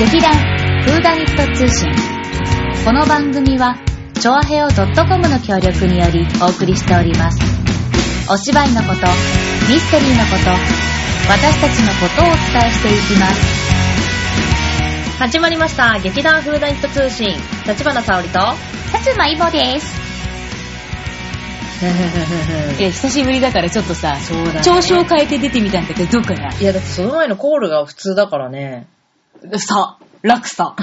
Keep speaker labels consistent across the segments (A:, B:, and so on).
A: 劇団フーダニット通信この番組はチョアヘオ .com の協力によりお送りしておりますお芝居のことミステリーのこと私たちのことをお伝えしていきます
B: 始まりました劇団フーダイット通信立花沙 織と
A: 辰馬いぼですいや久しぶりだからちょっとさ、
B: そうだね
A: 調子を変えて出てみたんだけどどうかない
B: やだってその前のコールが普通だからね
A: さ、楽 さ。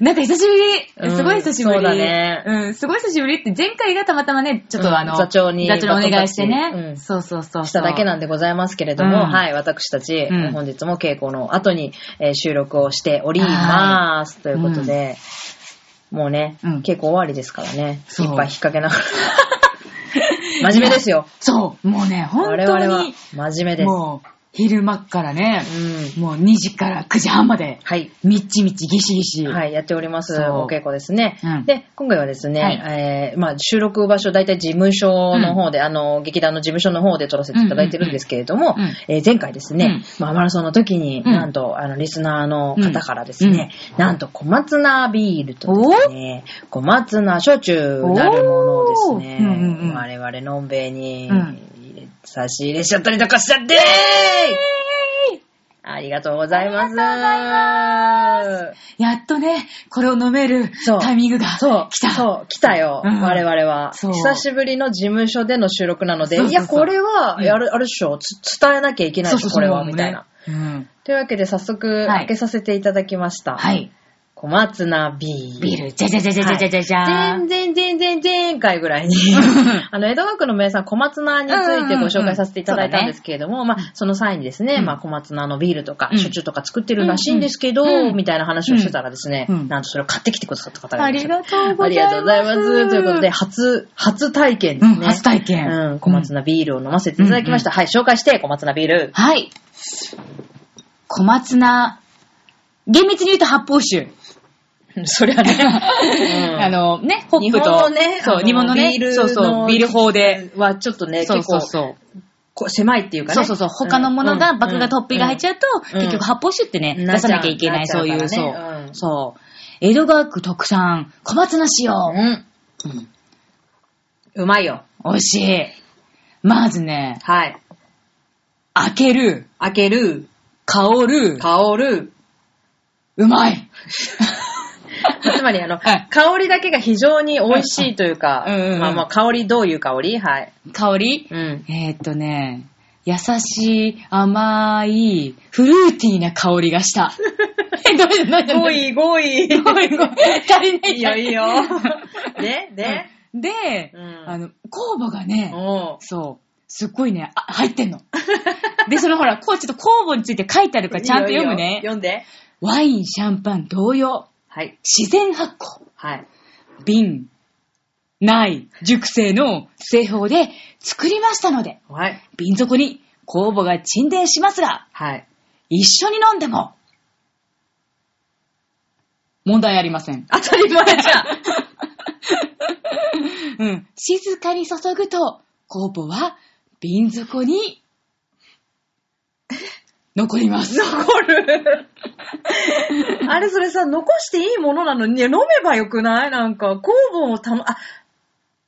A: なんか久しぶ
B: う
A: り。
B: ん
A: すごい久しぶり。
B: そうだね
A: うん、すごい久しぶりって、前回がたまたまね、ちょっ
B: う
A: と
B: ん
A: あの、
B: 座長に
A: 座長お願いして
B: バトンタッチ
A: ね。
B: うん
A: そうそうそうそう。
B: しただけなんでございますけれど
A: う
B: も、
A: ん
B: はい、私たち、
A: うん
B: 本日も稽古の後に、えー収録をしております。ということで、もうね、
A: うん
B: 稽古終わりですからね、
A: そう
B: いっぱい引っ掛けながら。真面目ですよ。
A: そう、もうね、本
B: 我
A: 当
B: 々は
A: に、
B: 真面目です。
A: もう、昼間っからね、
B: うん。
A: もう2時から9時半まで、
B: はい。
A: みっちみちぎしぎし。
B: はい、やっております。
A: そう
B: お稽古ですね。
A: うん
B: で、今回はですね、
A: はい
B: えーまあ、収録場所、大体事務所の方で、あの、劇団の事務所の方で撮らせていただいてるんですけれども、
A: うんうんうん
B: えー前回ですね、まあ、マラソンの時に、
A: うん
B: なんと、あの、リスナーの方からですね、なんと、小松菜ビールとですね、小松菜焼酎なるものをですね、
A: おーうんうんうん
B: 我々のんべいに
A: うん
B: 入れ、差し入れしちゃったりとかしちゃって、ありがとうございます。ありがとうございます。
A: やっとね、これを飲める
B: そう
A: タイミングが
B: そう、
A: 来た。
B: そう、来たよ、
A: うん
B: 我々は。
A: そう
B: 久しぶりの事務所での収録なので、
A: そうそうそう
B: いや、これは、
A: うん
B: ある、あるっしょ、つ伝えなきゃいけない
A: そ
B: で
A: うそ
B: しょ、
A: うそう、
B: これは、みたいな。。
A: うん。
B: というわけで、早速、
A: はい
B: 開けさせていただきました。
A: はい。
B: 小松菜ビール。
A: ビール、じゃじゃじゃじゃじゃじゃじゃじゃー
B: 全
A: ん。
B: 然全然前回ぐらいに、あの、江戸川区の名産小松菜についてご紹介させていただいたんですけれども、まあ、その際にですね、
A: うん
B: まあ、小松菜のビールとか、
A: うん
B: 焼酎とか作ってるらしいんですけど、
A: うん
B: みたいな話をしてたらですね、
A: うん
B: なんとそれを買ってきてくださった方が
A: あ
B: いらっ
A: り
B: しゃ
A: がとう
B: る
A: ございます。
B: ありがとうございます。ということで、、初、初体験で
A: う
B: す
A: ん、
B: ね。
A: 初体験。
B: うん、小松
A: 菜。
B: 菜ビールを飲ませていただきました。はい、紹介して、小松菜ビール。
A: はい。小松菜、厳密に言うと発泡酒。
B: そりゃね
A: あの、ね、ホップと。
B: 日本のね、
A: そう、
B: あの
A: 日本のね
B: ビール、の
A: そうそう、ビール法で。
B: はちょっとね、
A: そう
B: 結
A: そ
B: 構
A: うそう。
B: こう狭いっていうかね。
A: そうそうそう。他のものが、バクがトッピが入っち
B: ゃ
A: ゃうと、
B: うん
A: 結局発泡酒ってね、
B: うん
A: 出さなきゃいけな、
B: ないっちゃ
A: そうういう、
B: なっちゃ
A: そう
B: からね
A: う
B: う。ん
A: そう。江戸川区特産、小松菜
B: う
A: 塩。
B: ん。うまいよ。
A: 美味しい。まずね、
B: はい。
A: 開ける、
B: 開ける、
A: 香る、
B: 香る。
A: うまい。
B: つまり、あの、
A: はい
B: 香りだけが非常に美味しいというか、
A: うんうんうん
B: まあまあ、香り、どういう香りはい。
A: 香り
B: うん。
A: えーっとね、優しい、甘い、フルーティーな香りが した。え、どういうのどういう
B: 位、5位。
A: のごめんごめん足りない
B: いいよ、いいよ。 で、で、
A: で、
B: うん
A: あの、酵母がね、
B: おう
A: そう。すっごいね、あ、入ってんの。で、そのほら、こう、ちょっと酵母について書いてあるから、ちゃんと読む
B: いいよいい
A: ね。
B: よ読んで。
A: ワイン、シャンパン同様。
B: はい。
A: 自然発酵。
B: はい。
A: 瓶、ない、熟成の製法で作りましたので、
B: はい。
A: 瓶底に酵母が沈殿しますが、
B: はい。
A: 一緒に飲んでも、問題ありません。
B: 当たり前じゃん。
A: うん。静かに注ぐと、酵母は瓶底 に残ります。
B: 残る。あれ、それさ、残していいものなのに、いや飲めばよくないなんか、酵母もたま、あ、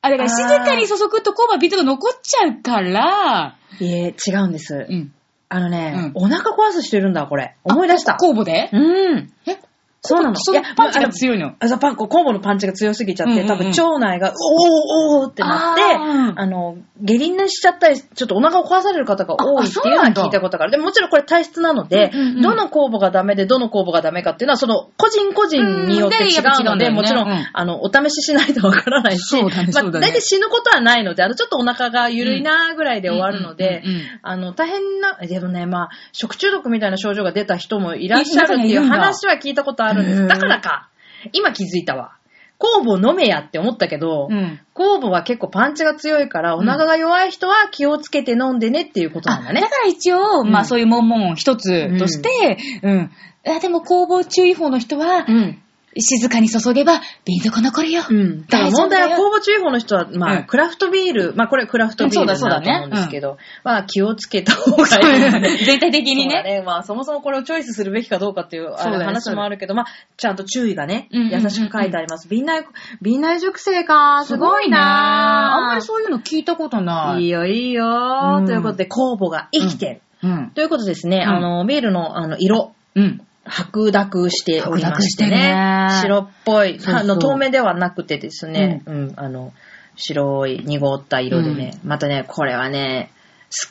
A: あ、だから静かに注ぐと酵母は瓶底に残っちゃうから、
B: いえ、違うんです
A: う。ん。
B: あのね、お腹壊す人いるんだ、これ。思い出した。
A: 酵母で
B: うん。
A: え
B: そうなの。
A: そのパンチが
B: い。
A: 強いの。
B: あそうパン、こう酵母のパンチが強すぎちゃ
A: う
B: って、
A: んうんうん
B: 多分腸内が、おーおーってなって、
A: あ
B: あ
A: ー
B: の、下痢にしちゃったり、ちょっとお腹を壊される方が多い
A: あ
B: ってい
A: あそう
B: うの
A: な
B: は
A: んだ
B: 聞いたことがある。でももちろんこれ体質なので、
A: うんうんうん
B: どの酵母がダメで、どの酵母がダメかっていうのは、その、個人個人によって違うので、
A: うん
B: も
A: で
B: ち
A: やっぱ違うんだよね
B: ろん、
A: うん
B: あの、お試ししないとわからないし、
A: そうだね
B: まあ、
A: そうだね
B: 大体死ぬことはないので、あの、ちょっとお腹がゆるいなーぐらいで終わるので
A: うんうんうんうん、
B: あの、大変な、でもね、まあ、食中毒みたいな症状が出た人もいらっしゃるってい
A: いる
B: うん
A: だ
B: 話は聞いたことあるんで
A: へ
B: す。
A: ー
B: だからか、今気づいたわ。酵母飲めやって思ったけど、
A: うん。
B: 酵母は結構パンチが強いから、お腹が弱い人は気をつけて飲んでねっていうことなんだ
A: あだ
B: ね。
A: から一応、
B: ん
A: まあそういう文言を一つとして、うん。あでも、工房注意報の人は、
B: ん。
A: 静かに注げば、瓶底残るよ。
B: うん。だから問題は
A: 大丈夫だよ
B: 公募注意報の人は、ま
A: う
B: あ、
A: ん
B: クラフトビール、まあこれクラフトビール
A: うん
B: だ
A: そう
B: と
A: だそうだね
B: 思うんですけど、まあ気をつけた方がいいですね。
A: 全体的に
B: そうだ
A: ね。
B: まあそもそもこれをチョイスするべきかどうかっていう
A: そう
B: あ
A: だよ
B: れ話もあるけど、まあちゃんと注意がね、
A: うんうんうんうん
B: 優しく書いてあります。瓶内、瓶内熟成か、すごいな
A: あんまりそういうの聞いたことない。
B: いいよいいよ、
A: うん
B: ということで、酵母が生きてる。
A: うん。
B: ということですね、
A: うん
B: あの、ビールのあの色、
A: うん。
B: 白濁しておりまして
A: 白濁して
B: ね。
A: ね
B: 白っぽい。
A: そうそう
B: あの、透明ではなくてですね、うん、あの、白い濁った色でね、またね、これはね、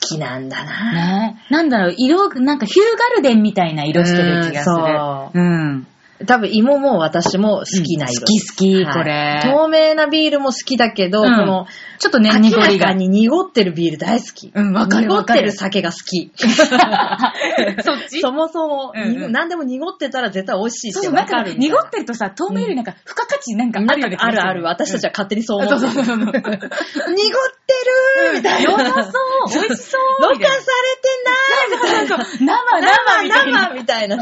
B: 好きなんだな。
A: ねなんだろう、色、なんかヒューガルデンみたいな色してる気がする。
B: うんそ
A: うん。
B: 多分芋も私も好きな色。
A: 好き好き、
B: はい
A: これ。
B: 透明なビールも好きだけど、
A: うん
B: この、
A: ちょっとね、
B: 明
A: 濁り
B: らか
A: が。
B: に濁ってるビール大好き。
A: うんわかるわかる
B: 濁ってる酒が好 き。
A: そっ
B: そもそも、
A: うんうん
B: 濁何でも濁ってたら絶対美味しい
A: そう
B: って
A: そう、
B: わ
A: なん
B: か
A: か
B: る
A: ね
B: みたい
A: 濁
B: な。
A: ってるとさ、透明よりなんか、付加価値なんかあるよね。
B: あるある。私たちは勝手にそう
A: うん。
B: 思
A: そう
B: う。
A: そうそうそう。うん
B: 濁ってるみたいな。
A: 良さそう美味しそう
B: ろ
A: み
B: 過
A: たい
B: さ
A: な
B: れてないみたいな。
A: 生、生みたいな。
B: 生みた いな。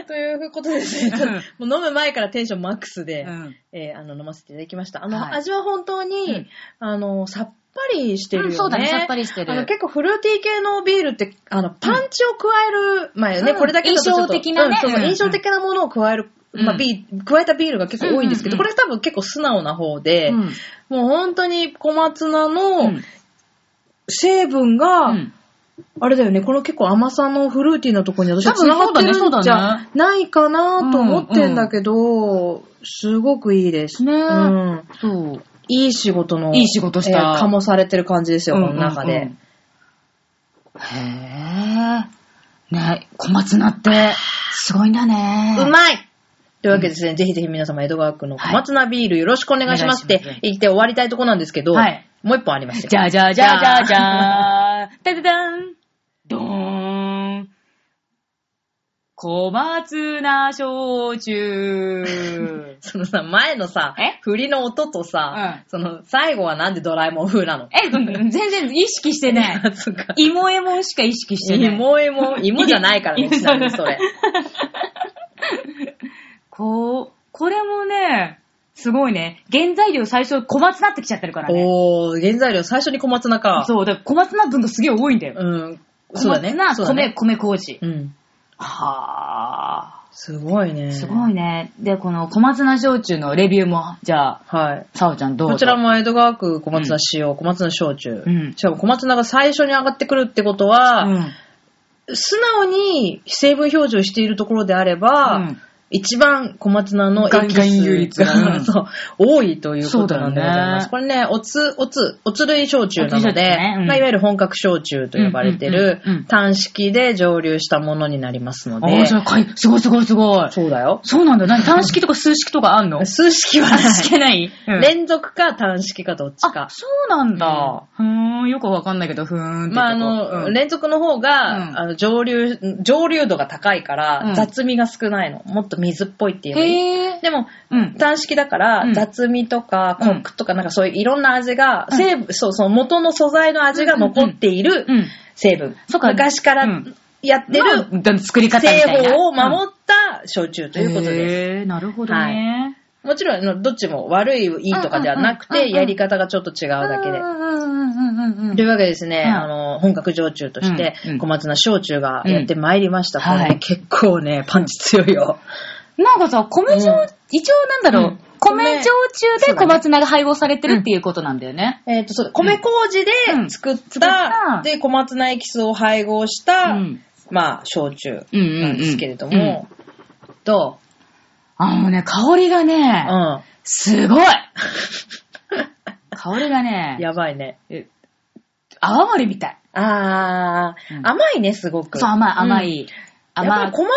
B: ということですね。ちょっともう飲む前からテンションマックスで、
A: うん
B: えーあの、飲ませていただきました。あの、
A: はい
B: 味は本当に、
A: うん
B: あの、さっぱりしてるよ
A: う
B: ね。
A: んそうだねさっぱりしてる
B: あの、結構フルーティー系のビールって、あの、パンチを加える、まあね、
A: うん
B: これだけだとちょっ
A: 印象
B: と
A: 的なね
B: うんそうそう
A: うん
B: 印象的なものを加える、
A: うん
B: まあ、ビー加えたビールが結構多いんですけど、
A: うんうん
B: これ多分結構素直な方で、
A: うん
B: もう本当に小松菜
A: う
B: の
A: ん
B: 成分が、
A: うん
B: あれだよね、この結構甘さのフルーティーなところに私は
A: 多分
B: 繋がって
A: そ
B: る
A: うだね
B: ん
A: そ
B: じ
A: うだね
B: ゃないかなと思ってんだけど、すごくいいです。
A: ね
B: うん。
A: そう。
B: いい仕事の。
A: いい仕事した
B: かもされてる感じですよ、この
A: う
B: 中
A: んうん
B: で。
A: うん。へえ。ね小松菜って、すごいんだね。
B: うまいというわけでですね、ぜひぜひ皆様、江戸川区の小松菜ビールよろしくお願いしますっ
A: お
B: て
A: 願いします
B: 言って終わりたいとこなんですけど、
A: はい
B: もう一本ありました
A: じ
B: よ。
A: ゃじゃじゃじゃじゃーん。たたたん。どーん。小松菜焼酎。
B: そのさ、前のさ
A: え、
B: 振りの音とさ、
A: う
B: その、最後はなんでドラえもん風なの
A: え、全然意識して ない。
B: つうか
A: イモエモンしか意識してない。
B: 芋芋、 芋じゃないからね、
A: 芋
B: ちなみにそれ。
A: こう、これもね、すごいね。原材料最初小松菜ってきちゃってるからね。
B: おー、原材料最初に小松菜か。う。
A: そう、だから小松菜分がすげえ多いんだよ。
B: うん。そうだね。
A: 小松
B: そ
A: 菜、
B: うだ
A: 米、米
B: ね。
A: 麹。
B: うん。
A: はぁ
B: すごいね。
A: ー。すごい。ね。で、この小松菜焼酎のレビューも、じゃあ、
B: はい。
A: さおちゃんどうぞ
B: こちらも江戸川区小松菜使用、小松菜焼酎。
A: うん
B: しかも小松菜が最初に上がってくるってことは、素直に成分表示をしているところであれば、
A: うん
B: 一番小松菜のエキ
A: 含有
B: ス
A: 率が
B: が、
A: うん
B: そう多いということなんでございます。
A: そ
B: これね、おつ、おつ、おつ類焼酎な
A: おつ
B: の
A: 焼酎
B: で、
A: ねうん
B: まあ、いわゆる本格焼酎と呼ばれてる
A: うんうんうんうん、
B: 単式で蒸留したものになりますの
A: あ
B: で、
A: ーそれかい、すごいすごいすごい。
B: そうだよ。
A: そうなんだ。何単式とか数式とかあ んの
B: 数式はない
A: 数式ない、
B: 連続か単式かどっち
A: あ
B: か、。
A: そうなんだ。ふーん、よくわかんないけど、ふーんってこと。
B: まあ、あの、
A: うん
B: 連続の方が、
A: うん
B: あの、蒸留、蒸留度が高いか
A: うん
B: ら、雑味が少ないの。もっと水っぽいって言えばいい。
A: へー。
B: でも、
A: うん。
B: 単式だか
A: う
B: ら
A: ん、
B: 雑味とか、
A: う
B: コ
A: ん
B: クとか、なんかそういういろんな味が、
A: うん
B: 成分、そう、その元の素材の味が残っている
A: うん。
B: 成分。
A: そっか
B: 昔か
A: う
B: ら
A: ん
B: やってる
A: まあ作り方みた
B: 製
A: いな。
B: 法を守った焼酎ということです。
A: す。なるほどね。
B: もちろんあの、どっちも悪い、いいとかではなく
A: うんうんうん
B: て、
A: うんうん
B: やり方がちょっと違う
A: うん
B: だけで
A: う。んうんうんうんうん
B: というわけでですね、
A: うん
B: あの、本格焼酎として
A: うんうん、
B: 小松菜焼酎がやってまいりました。
A: うん
B: これね
A: はい
B: 結構ね、パンチ強いよ。
A: なんかさ、米
B: う
A: 焼
B: ん、
A: 一応なんだろ
B: う、
A: うん米焼酎で
B: そう
A: 小
B: だね
A: 松菜が配合されてるっていうことなんだよね。
B: えっ、と、そう、米麹で
A: うん
B: 作っ
A: 作った
B: た、で、小松菜エキスを配合した、
A: うん
B: まあ、焼酎
A: うんうんうん
B: なんですけれども、ど
A: あのね、香りが
B: う
A: ね、
B: うん。
A: す ごい香りがね、
B: やばいね。
A: え泡盛みたい。
B: あー、
A: うん
B: 甘いね、すごく。
A: そう、甘い、甘
B: うん。
A: い。
B: や
A: 甘
B: っぱり
A: い。
B: 小松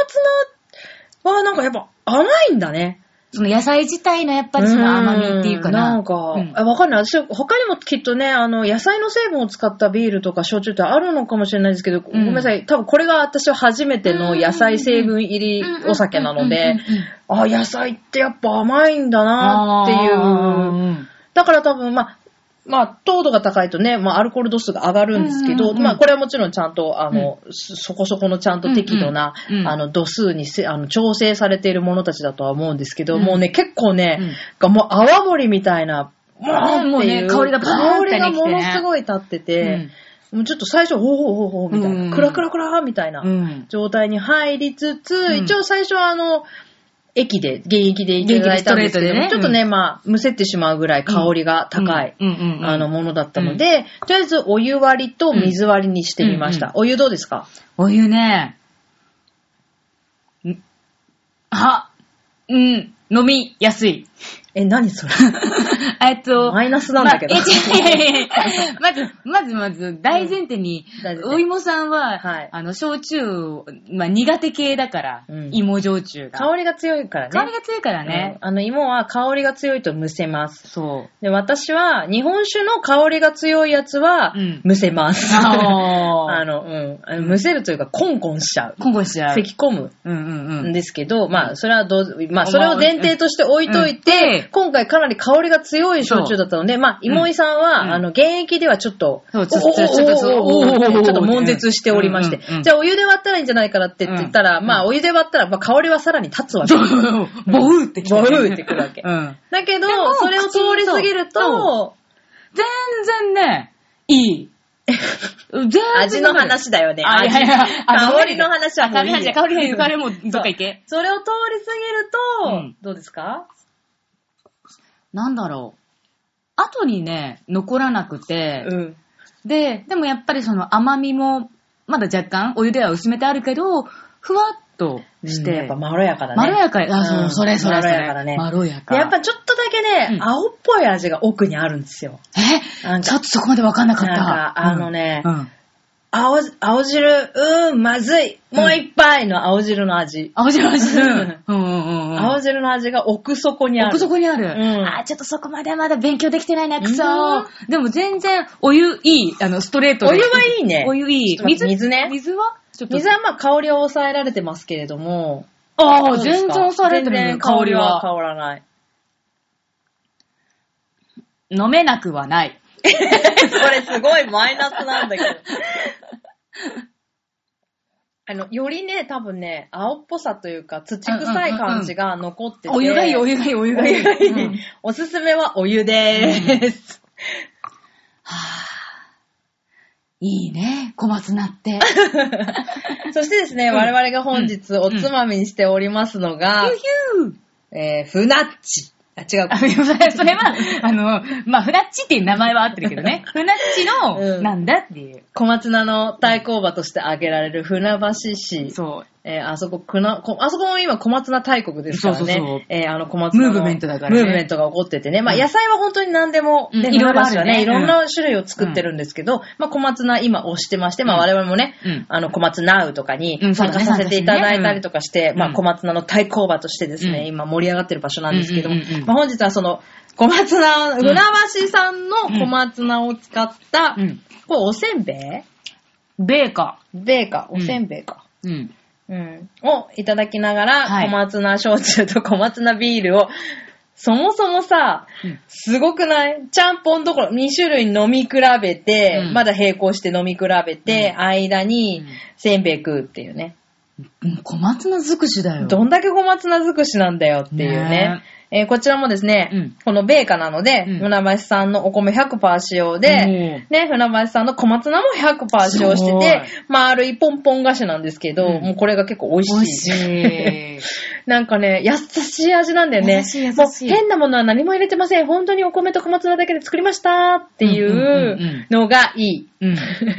B: 菜はなんかやっぱ甘いんだね。
A: その野菜自体のやっぱりその甘みっていうかな。
B: んなんか、
A: うん
B: あわかんない。私、他にもきっとね、あの、野菜の成分を使ったビールとか焼酎ってあるのかもしれないですけど、ごめんなさい。多分これが私は初めての野菜成分入りお酒なの
A: う
B: で
A: んうんうんうんうん、
B: あ、野菜ってやっぱ甘いんだなっていう。
A: あー
B: だから多分、まあ、まあ、糖度が高いとね、まあ、アルコール度数が上がるんですけど、
A: うんうんうん
B: まあ、これはもちろんちゃんと、あの、そそこそこのちゃんと適度な、
A: うんうん
B: あの、度数にせあの調整されているものたちだとは思うんですけど、
A: うん
B: もうね、結構
A: うん
B: ね、がもう泡盛みたいな、も
A: もうね香りがバーンってね
B: 香りがもの
A: 来てね
B: すごい立ってて、もうちょっと最初、ほうほうほうほう、みたい
A: うん
B: な、クラクラクラみたいな、
A: うん。
B: 状態に入りつつ、
A: ん
B: 一応最初はあの、駅で、現役でいただいたんです
A: 現役でスト
B: けど、
A: レートでね
B: ちょっとね、まあ、むせってしまうぐらい香りが高い、
A: うんうんうん
B: あの、ものだったので、とりあえずお湯割りと水割りにしてみました。
A: うん
B: お湯どうですか
A: お湯ね、んあ、うん、飲みやすい。
B: え、何それ
A: えっと、
B: マイナスなんだけど
A: まえ違ういやいやいやまず、まずまず、大前提に、
B: 大丈夫
A: お芋さんは、
B: はい
A: あの、焼酎を、まあ、苦手系だから、
B: うん
A: 芋焼酎が。
B: 香りが強いからね。
A: 香りが強いからね。
B: うんあの、芋は香りが強いとむせます。
A: そう。
B: で、私は、日本酒の香りが強いやつは
A: うん、
B: むせます。 あ
A: あの、
B: の、うんあの。むせるというか、コンコンしちゃう。
A: 今後しちゃう。
B: 咳込む。
A: うんうん うん。
B: ですけど、まあ、それはどう、
A: ま
B: まあ、
A: あ
B: それを前提として置いと
A: う
B: い
A: んうん
B: て、今回かなり香りが強い焼酎だったので、まあ、芋井さん
A: う
B: は、
A: ん
B: あの、現役ではちょっと、
A: そう
B: お
A: ちょっと
B: お
A: ちょっとそう
B: おおおおお
A: おおおお
B: ちょっと悶絶しておりまして
A: うんうんう、ん
B: じゃあお湯で割ったらいいんじゃないかなって言ったら、
A: うん
B: まあ、お湯で割ったら、まあ、香りはさらに立つわけ
A: そ。う、ボウってきてね
B: ボウってくるわけ
A: うん。
B: だけど
A: でも、
B: それを通り過ぎると、
A: 全然ね、 いい。全然
B: 味の話だよね。
A: あ、いやいや、あ
B: 香りの話はもういいよ
A: 香りの話香りの話香りもうどっか行け。
B: それを通り過ぎ
A: う
B: る
A: ん
B: と、どうですか
A: なんだろう。後にね、残らなくて、
B: ん。
A: で、でもやっぱりその甘みも、まだ若干お湯では薄めてあるけど、ふわっとし、
B: してて、やっぱまろやかだね。
A: まろやか、あ、そうう、
B: ん
A: それそれそれ。
B: まろやかだね
A: まろやか。
B: やっぱちょっとだけ
A: う
B: ね、
A: ん
B: 青っぽい味が奥にあるんですよ。な
A: え
B: んか
A: ちょっとそこまでわかんなかった。
B: なんかあのね
A: うんうん
B: 青、青汁、うーん、まずい。もう一杯の青汁の味。
A: 青汁、青汁。
B: う
A: うんんうんうん。
B: 青汁の味が奥底にある。
A: 奥底にある。
B: ん
A: あー、ちょっとそこまでまだ勉強できてないな、くそ
B: うん
A: ー。でも全然、お湯いい。あの、ストレートで。
B: お湯はいいね
A: お湯いい
B: ちょっ。と待って水ね
A: 水はちょっと
B: 水はまあ香りは抑えられてますけれども。
A: あ
B: ど
A: あ、
B: うです
A: 全然
B: か
A: 抑えられてる
B: 全
A: ね
B: 然、
A: 香
B: 香
A: り
B: りは香
A: は。
B: らない。
A: 飲めなくはない。
B: それすごいマイナスなんだけど。 あの、よりね、多分ね、青っぽさというか、土臭い感じが残ってて。
A: お湯がいい、お湯がいい、お湯がいい。うん
B: おすすめはお湯です。
A: いいね、小松菜って。
B: そしてですね、
A: うん
B: 我々が本日おつまみにしておりますのが、
A: ヒューヒュー
B: えー、ふなっち。あ、違う
A: あ。 それは、あの、まあ、フナッチっていう名前は合ってるけど ね。フナッチ
B: う
A: の、
B: ん
A: なんだっていう。
B: 小松菜の対抗馬として挙げられる船橋市。
A: そう。
B: えーあそこ、くな、こあそこも今小松菜大国ですからね。
A: そうそうそう
B: えーあの小松菜の。
A: ムーブメントだからね
B: ムーブメントが起こっててね。まあ
A: うん
B: 野菜は本当に何でも、ね、
A: うん
B: 船橋はいね、い
A: ろいろあ
B: ろ
A: るね
B: んな種類を作ってるんですけど、まあ小松菜今推してまして、まあ
A: うん
B: 我々もね、
A: うん
B: あの小松菜うとかに
A: うんそうだ
B: 参加
A: ね
B: させていただいたりとかして、
A: うん
B: まあ小松菜の対抗馬としてですね、
A: うん
B: 今盛り上がってる場所なんですけども、
A: うんうんうんうん
B: まあ本日はその、小松菜
A: ん
B: を、船橋産の小松菜を使った、
A: うん
B: これおせんべい
A: ベーカ
B: べいか、おせんべいか。
A: ー。うん。
B: うん、をいただきながら、
A: はい
B: 小松菜焼酎と 小松菜ビールを、そもそもさ、
A: うん
B: すごくないちゃんぽんどころ2種類飲み比べて、
A: うん
B: まだ並行して飲み比べて、間
A: う
B: に
A: ん
B: せんべい食うっていうね。
A: もう小松菜尽くしだよ。
B: どんだけ小松菜尽くしなんだよっていうね。えーこちらもですね、
A: うん
B: この米価なので、
A: うん
B: 船橋さんのお米100%使用で、
A: うん
B: ね、船橋さんの小松菜も100%使用してて
A: す、
B: 丸いポンポン菓子なんですけど、
A: うん
B: もうこれが結構美味しい。
A: 美味しい。
B: なんかね、優しい味なんだよね。
A: 優しい優しい
B: もう変なものは何も入れてません。本当にお米と小松菜だけで作りましたってい
A: んうんうん
B: う
A: う
B: うのがいい。
A: うん。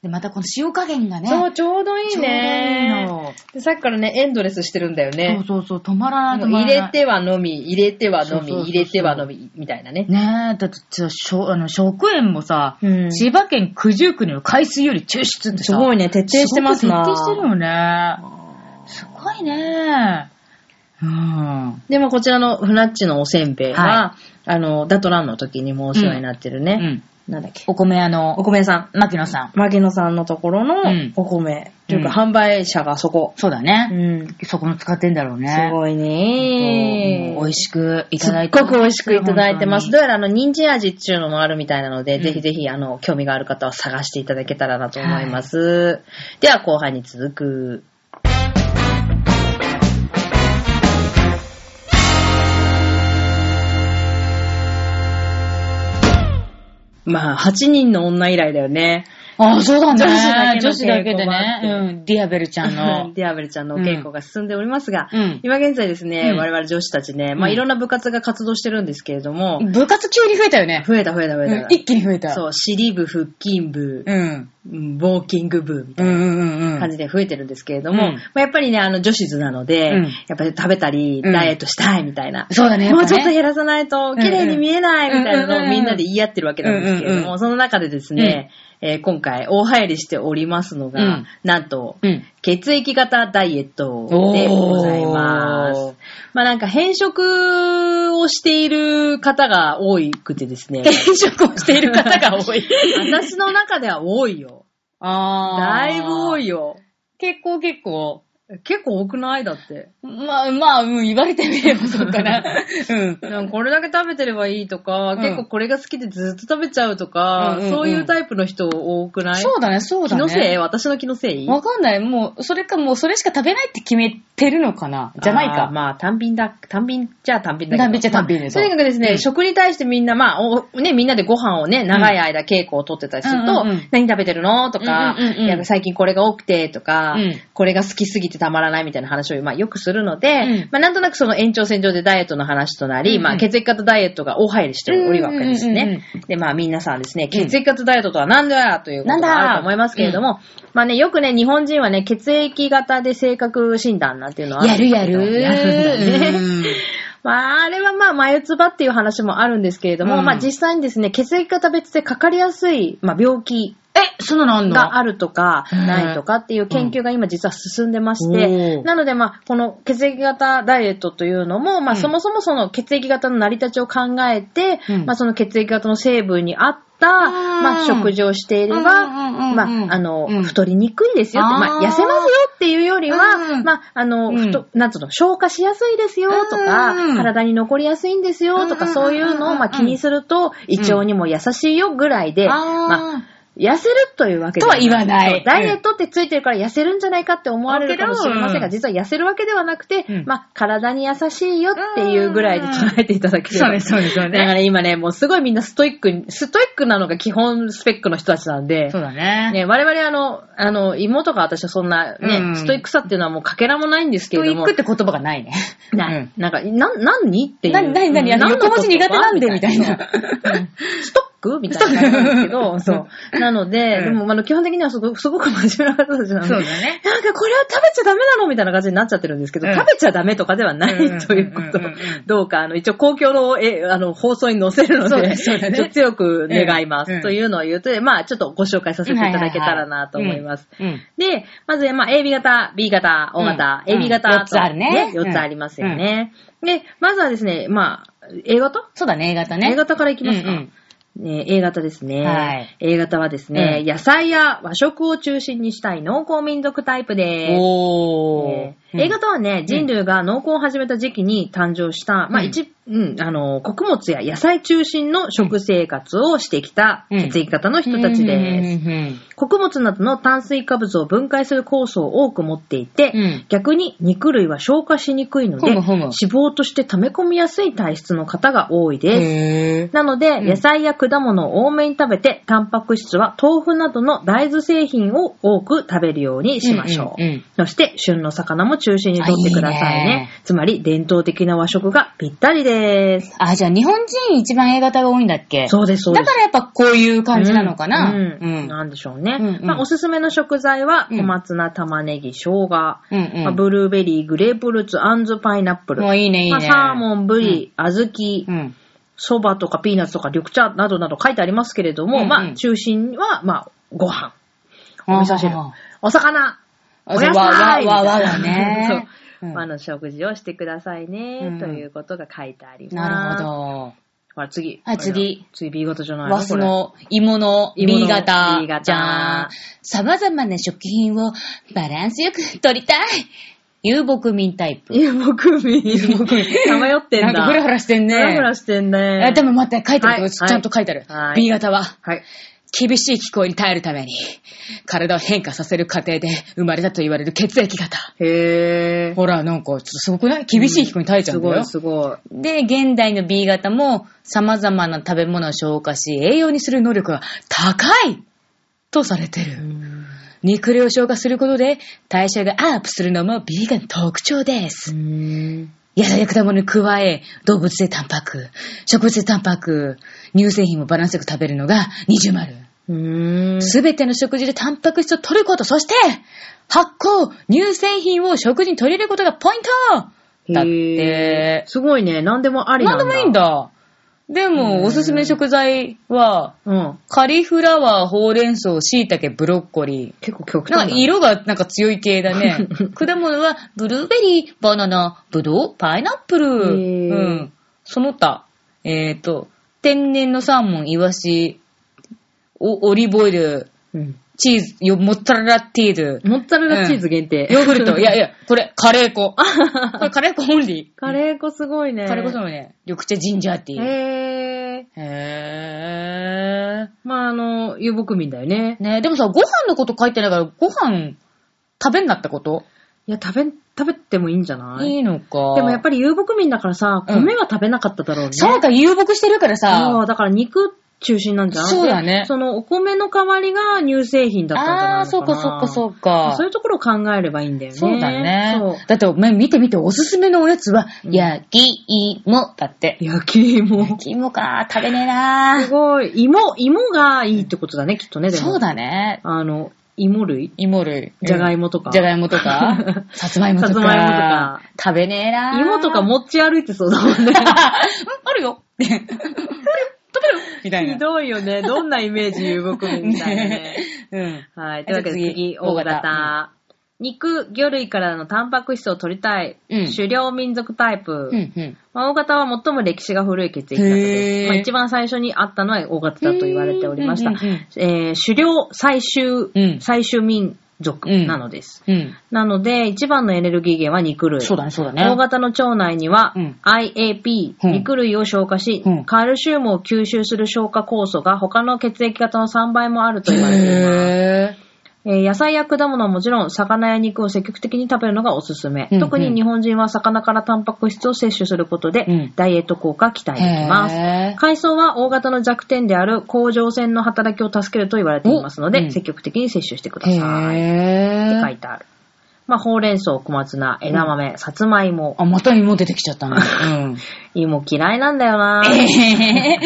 A: で、またこの塩加減がね。
B: そう、ちょうどいい
A: ちょうどいい
B: ね。
A: の
B: でさっきからね、エンドレスしてるんだよね。
A: そうそうそう、止まらない
B: も
A: 止
B: う
A: まら
B: 入
A: ない。
B: れては飲み、入れては
A: そう
B: 飲
A: そうそうそ
B: み、
A: う
B: 入れては飲み、みたいなね。
A: ねえ、だってちょしょあの食塩もさ、
B: うん
A: 千葉県九十九里の海水より抽出ってさ、
B: すごいね、徹底してますな。
A: すごく徹底してるよね。すごいね。うん。
B: でもこちらのフナッチのおせんべいは、
A: は
B: あの、ダトランの時にもお世話になってるね。
A: うん
B: なんだっけ、
A: お米屋の
B: お、米屋さん。
A: 牧野さん。
B: 牧野さんのところ
A: う
B: の
A: ん
B: お米、というか
A: うん
B: 販売者がそこ。
A: そうだ
B: う
A: ね。
B: ん。
A: そこも使ってんだろうね。
B: すごいね。
A: もう美味しくいただいて
B: すっごく美味しくいただいてます。ど
A: 本
B: うやらあの、人参味っていうのもあるみたいなので、
A: うん
B: ぜひぜひ、あの、興味がある方は探していただけたらなと思います。では、後半に続く。まあ、8人の女以来だよね。
A: 当にあ、そうだね。女
B: 女子
A: 子
B: だ
A: だ
B: け
A: けで
B: の稽古があ
A: ね
B: っ。て。
A: うん。ディアベルちゃんの
B: ディアベルちゃんのお稽古が進んでおりますが、
A: うん
B: 今現在ですね、
A: うん
B: 我々女子たちね、まあ、
A: うん
B: いろんな部活が活動してるんですけれども、
A: 部活急に増えたよね。
B: 増えた増えた増え
A: うん
B: た。
A: 一気に増えた。
B: そう、尻部、腹筋部、
A: うん。
B: うんウォーキング部みた
A: う
B: い
A: んうんうんう。
B: なん感じで増えてるんですけれども、
A: うん
B: まあ、やっぱりね、あの女子図なので、
A: うん
B: やっぱり食べたり、
A: うん
B: ダイエットしたいみたいな。
A: そうだね。
B: もうちょっと
A: やぱね
B: 減らさないと綺麗に見えないみたいな
A: うんうんうん
B: の
A: う
B: を
A: ん
B: みんなで言い合ってるわけなんですけれども、
A: うんうんう
B: その中でですね、えー今回大流行りしておりますのが、
A: うん
B: なんと、
A: うん。
B: 血液型ダイエットでございます
A: おー。
B: まあなんか変色をしている方が多くてです ね。
A: 転職をしている方が多い。
B: 私の中では多いよ。
A: あ
B: だいぶ多
A: い。
B: いよ。
A: 結構結構。
B: 結構多くないだって。
A: まあまあ、うん、言われてみればそうか な。うん。
B: なんかこれだけ食べてればいいとか、
A: うん
B: 結構これが好きでずっと食べちゃうと
A: うん
B: か、
A: うんうん
B: そういうタイプの人多くない、
A: そうだね、そう
B: 気
A: だね。
B: のせい私の気のせい
A: わかんない。もう、それかもうそれしか食べないって決めてるのかなじゃない
B: あー
A: か。
B: まあ、単品だ、単品じゃあ単品だけど。
A: 単品じゃ単品で
B: まあ
A: そ
B: と
A: う
B: にかくですね、
A: うん
B: 食に対してみんな、まあ、おね、みんなでご飯をね、長い間稽古を取ってたりすると、
A: うんうんうん
B: 何食べてるのとか、
A: うんうんうんうん
B: いや最近これが多くて、とか、
A: うん
B: これが好きすぎてたまらないみたいな話を、まあ、よくするので、
A: うん
B: まあ、なんとなくその延長線上でダイエットの話とな
A: う
B: り、
A: んうん
B: まあ、血液型ダイエットが大入りしておりわけですね。
A: うんうんうん
B: で、まあ、皆さんですね、血液型ダイエットとは何だということがあると思いますけれども、まあね、よくね、日本人はね、血液型で性格診断なんていうのは
A: やるやる。
B: やるんだね。
A: うん
B: まあ、あれはまあ、眉唾っていう話もあるんですけれども、
A: うん
B: まあ実際にですね、血液型別でかかりやすい、まあ病気
A: え、そんなのあんの
B: があるとか、
A: うん
B: ないとかっていう研究が今実は進んでまして、
A: うんおー
B: なのでまあ、この血液型ダイエットというのも、まあ
A: うん
B: そもそもその血液型の成り立ちを考えて、
A: うん
B: まあその血液型の成分に合った、
A: ん
B: まあ食事をしていれば、
A: うんうんうんうん
B: まあ、あの、
A: うん
B: 太りにくいですよって、まあ
A: あー
B: 痩せますよっていうよりは、
A: うん
B: まあ、あの、
A: うん
B: 太なんつうの、消化しやすいですよとか、
A: うん
B: 体に残りやすいんですよと
A: うんう
B: か、
A: んうん
B: そういうのをまあ気にすると、胃腸にも優しいよぐらいで、まあ
A: あ
B: 痩せるというわけで
A: とは言わない
B: そうダイエットってついてるから痩せるんじゃないかって思われるかもしれませんが、
A: うん
B: 実は痩せるわけではなくて、
A: うん
B: まあ、体に優しいよっていうぐらいで捉えていただければ。
A: うんそうですそうですそうです
B: だから今ね、もうすごいみんなストイックに、ストイックなのが基本スペックの人たちなん
A: ー、
B: で
A: そうだね。
B: ね、我々あの、あの、妹が私はそんなね、
A: うん
B: ストイックさっていうのはもうかけらもないんです
A: ス
B: け
A: ト
B: れ
A: イ
B: ど
A: ッ
B: も
A: クっ、て言葉がないね。
B: な
A: うん
B: なんか、な、何っていう。
A: 何何何あ
B: うん
A: の
B: 何の
A: 横文字苦手なんでみたいな
B: 言葉うんストックみたいな感じなんですけど、そう。なので、
A: うん
B: でも、あの、基本的にはすごくすごく真面目な方たちなので、
A: ね。
B: なんかこれは食べちゃダメなのみたいな感じになっちゃってるんですけど、
A: うん
B: 食べちゃダメとかではな
A: うん
B: いということ
A: うんうんうんうん。
B: どうか、あの、一応公共の、え、あの、放送に載せるの
A: そう
B: で、
A: だそうだね
B: ちょっと強く願います、
A: うん
B: というのを言うと、まあ、ちょっとご紹介させていただけたらなと思います。
A: うん。
B: で、まず、まあ、AB 型、B 型、O 型、
A: うん
B: AB 型と、
A: うん四つあるね
B: 4つありますよね。で、まずはですね、まあ、A 型
A: そうだね、A 型ね。
B: A 型からいきますか。
A: うん
B: ね A 型ですね、
A: はい
B: A 型はですね、
A: うん
B: 野菜や和食を中心にしたい農耕民族タイプです。
A: おー
B: ね。A 型はね、人類が農耕を始めた時期に誕生した、まあ
A: うん
B: 一、うん、あの、穀物や野菜中心の食生活をしてきた血液型の人たちです。
A: す。
B: 穀物などの炭水化物を分解する酵素を多く持っていて、
A: うん
B: 逆に肉類は消化しにくいので、
A: ほむほむ
B: 脂肪として溜め込みやすい体質の方が多いです。
A: へー。
B: なので、
A: ん
B: 野菜や果物を多めに食べて、タンパク質は豆腐などの大豆製品を多く食べるようにしましょ
A: うん
B: う。
A: うんうん
B: そして、旬の魚も中心にとってくださいね。
A: あいいね
B: つまり、伝統的な和食がぴったりです。
A: あ、じゃあ日本人一番 A 型が多いんだっけ
B: そうです、そうで
A: だ
B: す
A: か。らやっぱこういう感じなのかな。
B: うん。
A: うんうん
B: なんでしょうね。
A: うんうん
B: まあ、おすすめの食材は、
A: うん
B: 小松菜、玉ねぎ、生姜、ま
A: うん
B: あ、ブルーベリー、グレープフルーツ、アンズ、パイナップル。
A: もういいね、いい
B: まあ、
A: ね。
B: サーモン、ブリ、小
A: う
B: 豆、
A: ん。
B: そばとかピーナッツとか緑茶などなど書いてありますけれども、
A: うんうん
B: まあ、中心は、まあ、ご飯、お味噌汁
A: あ
B: お魚、
A: ー。
B: お野菜
A: わわわわ
B: みた
A: わ
B: いな
A: ね。
B: そう
A: うん
B: あの、食事をしてくださいね、
A: うん
B: ということが書いてあります。
A: なるほど。
B: ほら、次。
A: はい次。
B: 次 B 型じゃない
A: 和スの芋の B 型
B: 芋の B 型
A: じゃん。様々な食品をバランスよく取りたい遊牧民タイプ。
B: 遊牧民。遊牧民。 さまよって
A: な
B: んだ。
A: んかフラフラしてんね。
B: フラフラしてんね。
A: あでも待って、書いてある、
B: はい
A: ちゃんと書いてある。
B: はい
A: B 型は、
B: はい。
A: 厳しい気候に耐えるために、体を変化させる過程で生まれたと言われる血液型。
B: へー。
A: ほら、なんか、ちょっとすごくない厳しい気候に耐えちゃうんだよ。
B: すごい、すごい。
A: で、現代の B 型も様々な食べ物を消化し、栄養にする能力が高いとされてる。肉類を消化することで代謝がアップするのも B 型の特徴です。
B: うん
A: 野菜や果物に加え、動物性タンパク、植物性タンパク、乳製品もバランスよく食べるのが二重丸。
B: うん。
A: すべての食事でタンパク質を取ること、そして、発酵、乳製品を食事に取り入れることがポイントだっ
B: へ
A: て
B: ー。すごいね。何でもありな
A: なんん
B: だ。
A: でもいいん。だ。で
B: う
A: も、
B: ん
A: おすすめ食材は、
B: うん。
A: カリフラワー、ほうれん草、椎茸、ブロッコリ
B: 結構極
A: ー。な
B: 端
A: ん
B: だ
A: か色がなんか強い系だ ね。果物はブルーベリー、バナナ、ブドウ、パイナップル。う
B: へー
A: ん。その他、えっ、と、天然のサーモン、イワシ、おオリーブオイル、
B: うん。
A: チーズ、よモッツァレラチーズ、
B: モッツァレラチーズ限定。
A: ヨーグル ト。いやいや、これ、カレー粉。これカレー粉オンリー。
B: カレー粉すごいね。
A: カレー粉そうね、緑茶ジンジャーティー。
B: へー。
A: へー。
B: まあ、あの、遊牧民だよね。
A: ねえでもさ、ご飯のこと書いてないから、ご飯食べんなってこと
B: いや、食べ、食べてもいいんじゃない
A: いいのか。
B: でもやっぱり遊牧民だからさ、
A: うん
B: 米は食べなかっただろうね。
A: そうか、遊牧してるから
B: そう
A: さ。
B: だから肉中心なんじゃん
A: そうだね
B: でそのお米の代わりが乳製品だったんじゃないのかな
A: ああー、そうか、そうか、そうか。
B: そういうところを考えればいいんだよね。
A: そうだね
B: そう。
A: だって、お前見て見て、おすすめのおやつは、
B: うん
A: 焼き芋だって。
B: 焼き芋
A: 焼。き芋か、食べねえな
B: すごい。芋、芋がいいってことだね、きっとね、でも。
A: そうだね。
B: あの、芋類
A: 芋類。
B: じゃがいもとか
A: じゃがいもと か。さつまいもとか。
B: さつまいもとか
A: 食べねえな
B: 芋と か持ち歩いてそうだもんね。
A: あるよ。 あるよ。食べるみたいな。
B: ひどいよね。どんなイメージ遊牧民みたいなね。
A: うん。
B: はい。というわけで
A: じゃあ次
B: 次、大
A: O 型
B: 型。肉、魚類からのタンパク質を取りたい。
A: うん
B: 狩猟民族タイプ。
A: うんうん。
B: まあ、大型は最も歴史が古い血液型で
A: へー
B: す。まあ、一番最初にあったのは大型だと言われておりました
A: うんうんうん。
B: えー狩猟最終、
A: うん
B: 最終民族なのです。
A: うん。
B: なので、一番のエネルギー源は肉類。
A: そうだね、そうだね。
B: 大型の腸内には
A: うん
B: IAP、
A: うん
B: 肉類を消化し、
A: うん
B: カルシウムを吸収する消化酵素が他の血液型の3倍もあると言われています。
A: へ
B: えー野菜や果物はもちろん魚や肉を積極的に食べるのがおすすめ。
A: うんうん
B: 特に日本人は魚からタンパク質を摂取することで、
A: うん
B: ダイエット効果が期待できます。
A: ぇ
B: 海藻は大型の弱点である甲状腺の働きを助けると言われていますので、
A: おうん
B: 積極的に摂取してくだ
A: へ
B: さい。って
A: ぇ
B: 書いてある。まあ、ほうれん草、小松菜、枝豆、さつまいも、
A: あ、また芋出てきちゃったな。 うん。
B: 芋嫌いなんだよな
A: え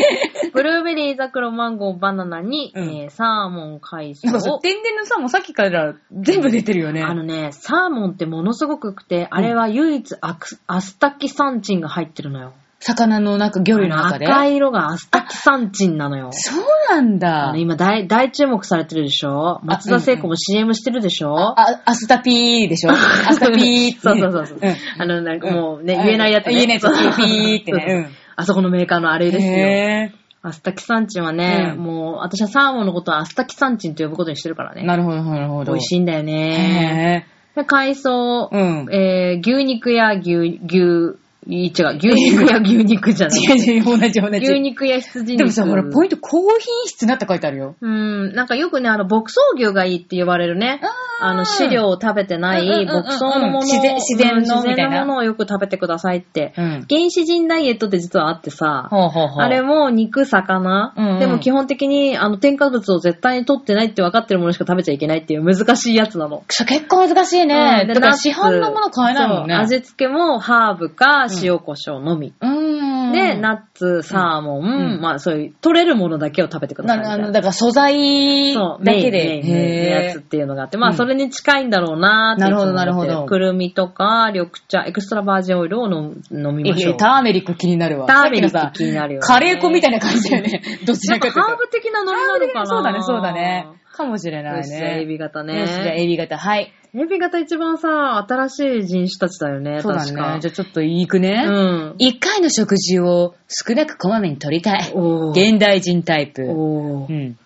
B: ブルーベリー、ザクロ、マンゴー、バナナに、
A: うん
B: えーサーモン、海
A: なんかさ
B: 藻、。
A: 天然のさ、もうさっきから全部出てるよね。
B: あのね、サーモンってものすごく良くて、あれは唯一アクアスタキサンチンが入ってるのよ。
A: 魚のなんか魚類の中で。
B: 赤い色がアスタキサンチンなのよ。
A: そうなん
B: あ
A: だ
B: の。今大大注目されてるでしょ松田聖子
A: うん
B: も CM してるでしょ
A: あ、アスタピーでしょ アスタピーって。
B: そうそうそうそう、
A: ん
B: あの、なんかもうね、
A: うん
B: 言えないやつね。
A: 言えないやつ
B: そう
A: ピーってねうん
B: あそこのメーカーのあれですよ。
A: へ
B: アスタキサンチンはね、
A: うん
B: もう、私はサーモンのことはアスタキサンチンと呼ぶことにしてるから
A: ぇ
B: ね。
A: なるほど、なるほど。
B: 美味しいんだよね。
A: へ
B: で海藻、
A: うん
B: えー牛肉や牛、牛、い違う、牛肉や牛肉じゃ
A: ぇ
B: な
A: 違
B: い。
A: う違う、同じ同
B: 牛
A: じ。
B: 肉や羊肉。
A: でもさ、ほら、ポイント高品質なって書いてあるよ。
B: うん、なんかよくね、あの、牧草牛がいいって言われるね。
A: あー
B: あの、飼料を食べてな
A: うんうんうん
B: い、
A: うん
B: 牧草のものを
A: 自然自然の
B: うん自
A: みたい
B: 然
A: な
B: のものをよく食べてくださいって。
A: うん。
B: 原始人ダイエットって実はあってさ、
A: ほうほうほう。
B: あれも肉、魚、
A: うんうん
B: でも基本的にあの添加物を絶対に取ってないって分かってるものしか食べちゃいけないっていう難しいやつなの。
A: そう結構難しいね。
B: うんで
A: だから
B: ナッツ
A: 市販のもの買えないもんね。
B: そう味付けもハーブか塩胡椒のみ。
A: うーん。
B: で、ナッツ、サーモン、
A: うん
B: まあそういう、取れるものだけを食べてくださいみ
A: な
B: た
A: あ
B: いな
A: の、だから素材だ
B: そう、メイ
A: け
B: ン、メ
A: で。
B: インのやつっ
A: へ
B: ていうのがあって、ま
A: う
B: あ
A: ん
B: それに近いんだろうなーっていつも思って。
A: なるほどなるほど
B: くるみとか、緑茶、エクストラバージンオイルを飲む飲みま
A: ー
B: しょ
A: え
B: う。
A: ターメリック気になるわ。
B: ターメリック
A: さっきのさ
B: 気になるよね
A: カレー粉みたいな感じだよね。 どっち
B: な
A: ら
B: ん
A: か
B: か
A: というと
B: ハーブ的な飲みなのかな
A: そうだね、そうだね。かもしれ
B: よ
A: ない
B: しじゃあ
A: ね。
B: エビ型
A: よしじゃあ
B: ね。
A: AB 型。はい。
B: エビ型一番さ、新しい人種たちだよね、
A: そうだ
B: 確か
A: ね。じ。ゃあちょっと行くね。
B: うん。
A: 一回の食事を少なくこまめに取りたい。
B: おー。
A: 現代人タイプ。
B: お
A: う
B: ー。
A: ん。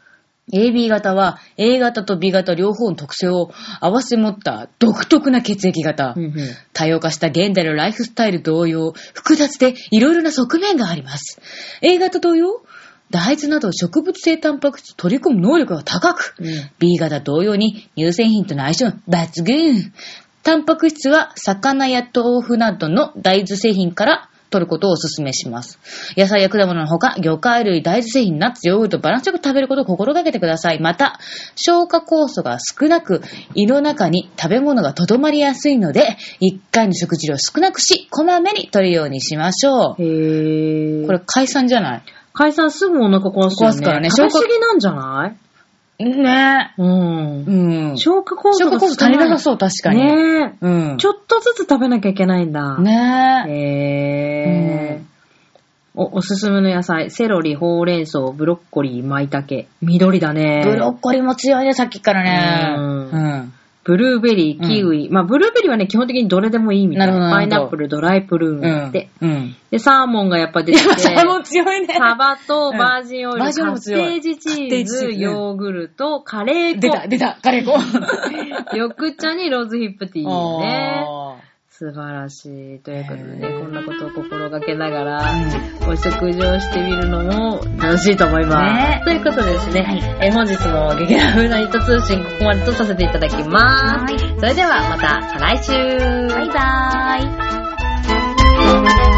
A: AB 型は A 型と B 型両方の特性を合わせ持った独特な血液型。
B: うんうん
A: 多様化した現代のライフスタイル同様、複雑でいろいろな側面があります。A 型同様、大豆など植物性タンパク質を取り込む能力が高く、
B: うん
A: B 型同様に乳製品との相性が抜群。タンパク質は魚や豆腐などの大豆製品から取ることをお勧めします。野菜や果物のほか、魚介類、大豆製品、ナッツ、ヨーグルト、バランスよく食べることを心がけてください。また、消化酵素が少なく、胃の中に食べ物がとどまりやすいので、一回の食事量を少なくし、こまめに取るようにしましょ
B: へー。
A: う。これ、解散じゃない
B: 解散すぐお腹壊すよ
A: 壊
B: ね。
A: すからね
B: 食べ過ぎなんじゃない
A: ね
B: うん
A: う。ん。
B: 消化酵素
A: 消化
B: が
A: 酵素足りなさそう、確かに。
B: ね
A: うん
B: え。。ちょっとずつ食べなきゃいけないんだ。
A: ねえ。
B: へ
A: う
B: ー。お、おすすめの野菜。セロリ、ほうれん草、ブロッコリー、舞茸。緑だね。
A: ブロッコリーも強いね、さっきからね。
B: うん
A: ん。
B: ブルーベリー、キウイ。まあ、ブルーベリーはね、基本的にどれでもいいみたい
A: なる
B: な。
A: ほどな
B: パ
A: る
B: イ
A: ほど
B: ナップル、ドライプルーンで。
A: うん。
B: で、サーモンがやっぱ出てきて。
A: サーモン強いね。
B: サバと
A: うん
B: バージンオイル、
A: バージンオイル
B: カ
A: も
B: ッテ
A: 強い
B: ージチ
A: カッテー
B: ー
A: ジチー
B: ズ、
A: ズうん
B: ヨーグルト、カレー
A: 出た、
B: 粉、
A: 出た、カレー粉。
B: 緑茶にローズヒップティーよね。
A: あ
B: 素晴らしい。ということでね、
A: へ
B: こんなことを心がけながら、
A: う
B: お食事をしてみるのも楽しいと思いま
A: ね
B: す。ということでですね、
A: はい
B: えー本日も劇団風な糸通信ここまでとさせていただきます。
C: はい
B: それではまた再来週
C: バイバーイ。
A: ー